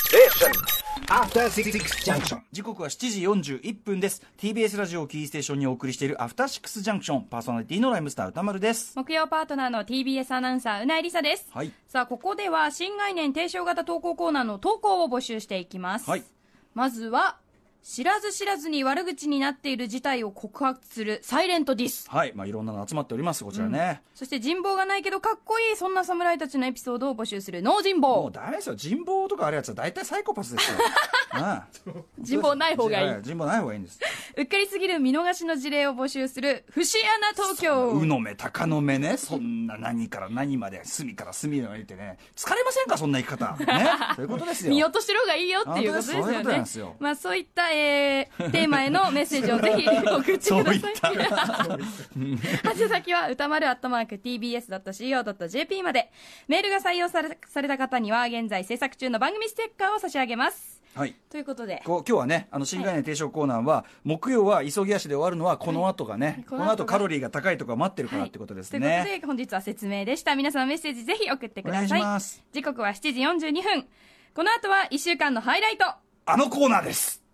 Station. After Six Junction. 時刻は7時41分です TBS ラジオキーステーションにお送りしているアフターシックスジャンクションパーソナリティのライムスター歌丸です木曜パートナーの TBS アナウンサーうなえりさです、はいさあここでは新概念提唱型投稿コーナーの投稿を募集していきます、はいまずは知らず知らずに悪口になっている事態を告発するサイレントディスはいまあいろんなの集まっておりますこちらね、そして人望がないけどかっこいいそんな侍たちのエピソードを募集するノー人も望うダメですよ人望とかあるやつは大体サイコパスです よああ人望ない方がいいは人望ない方がいいんですうっかりすぎる見逃しの事例を募集する節穴東京うの目鷹の目ねそんな何から何まで隅から隅まで言ってね疲れませんかそんな生き方 ねそういうことですよ見落としてる方がいいよっていうことです本当ですそういうよことなんねですよまあそういった、えー、テーマへのメッセージをぜひお送ってそうくだいっさい た宛先は歌丸アットマーク TBS.CO.jp までメールが採用されされた方には現在制作中の番組ステッカーを差し上げますはいということでこう今日はねあの新概念提唱コーナーは、木曜は急ぎ足で終わるのはこの後がね、ここのの後が後カロリーが高いとこが待ってるからってことですね、はいということで本日は説明でした皆様メッセージぜひ送ってくだおさ願いいします時刻は7時42分この後は1週間のハイライトあのコーナーです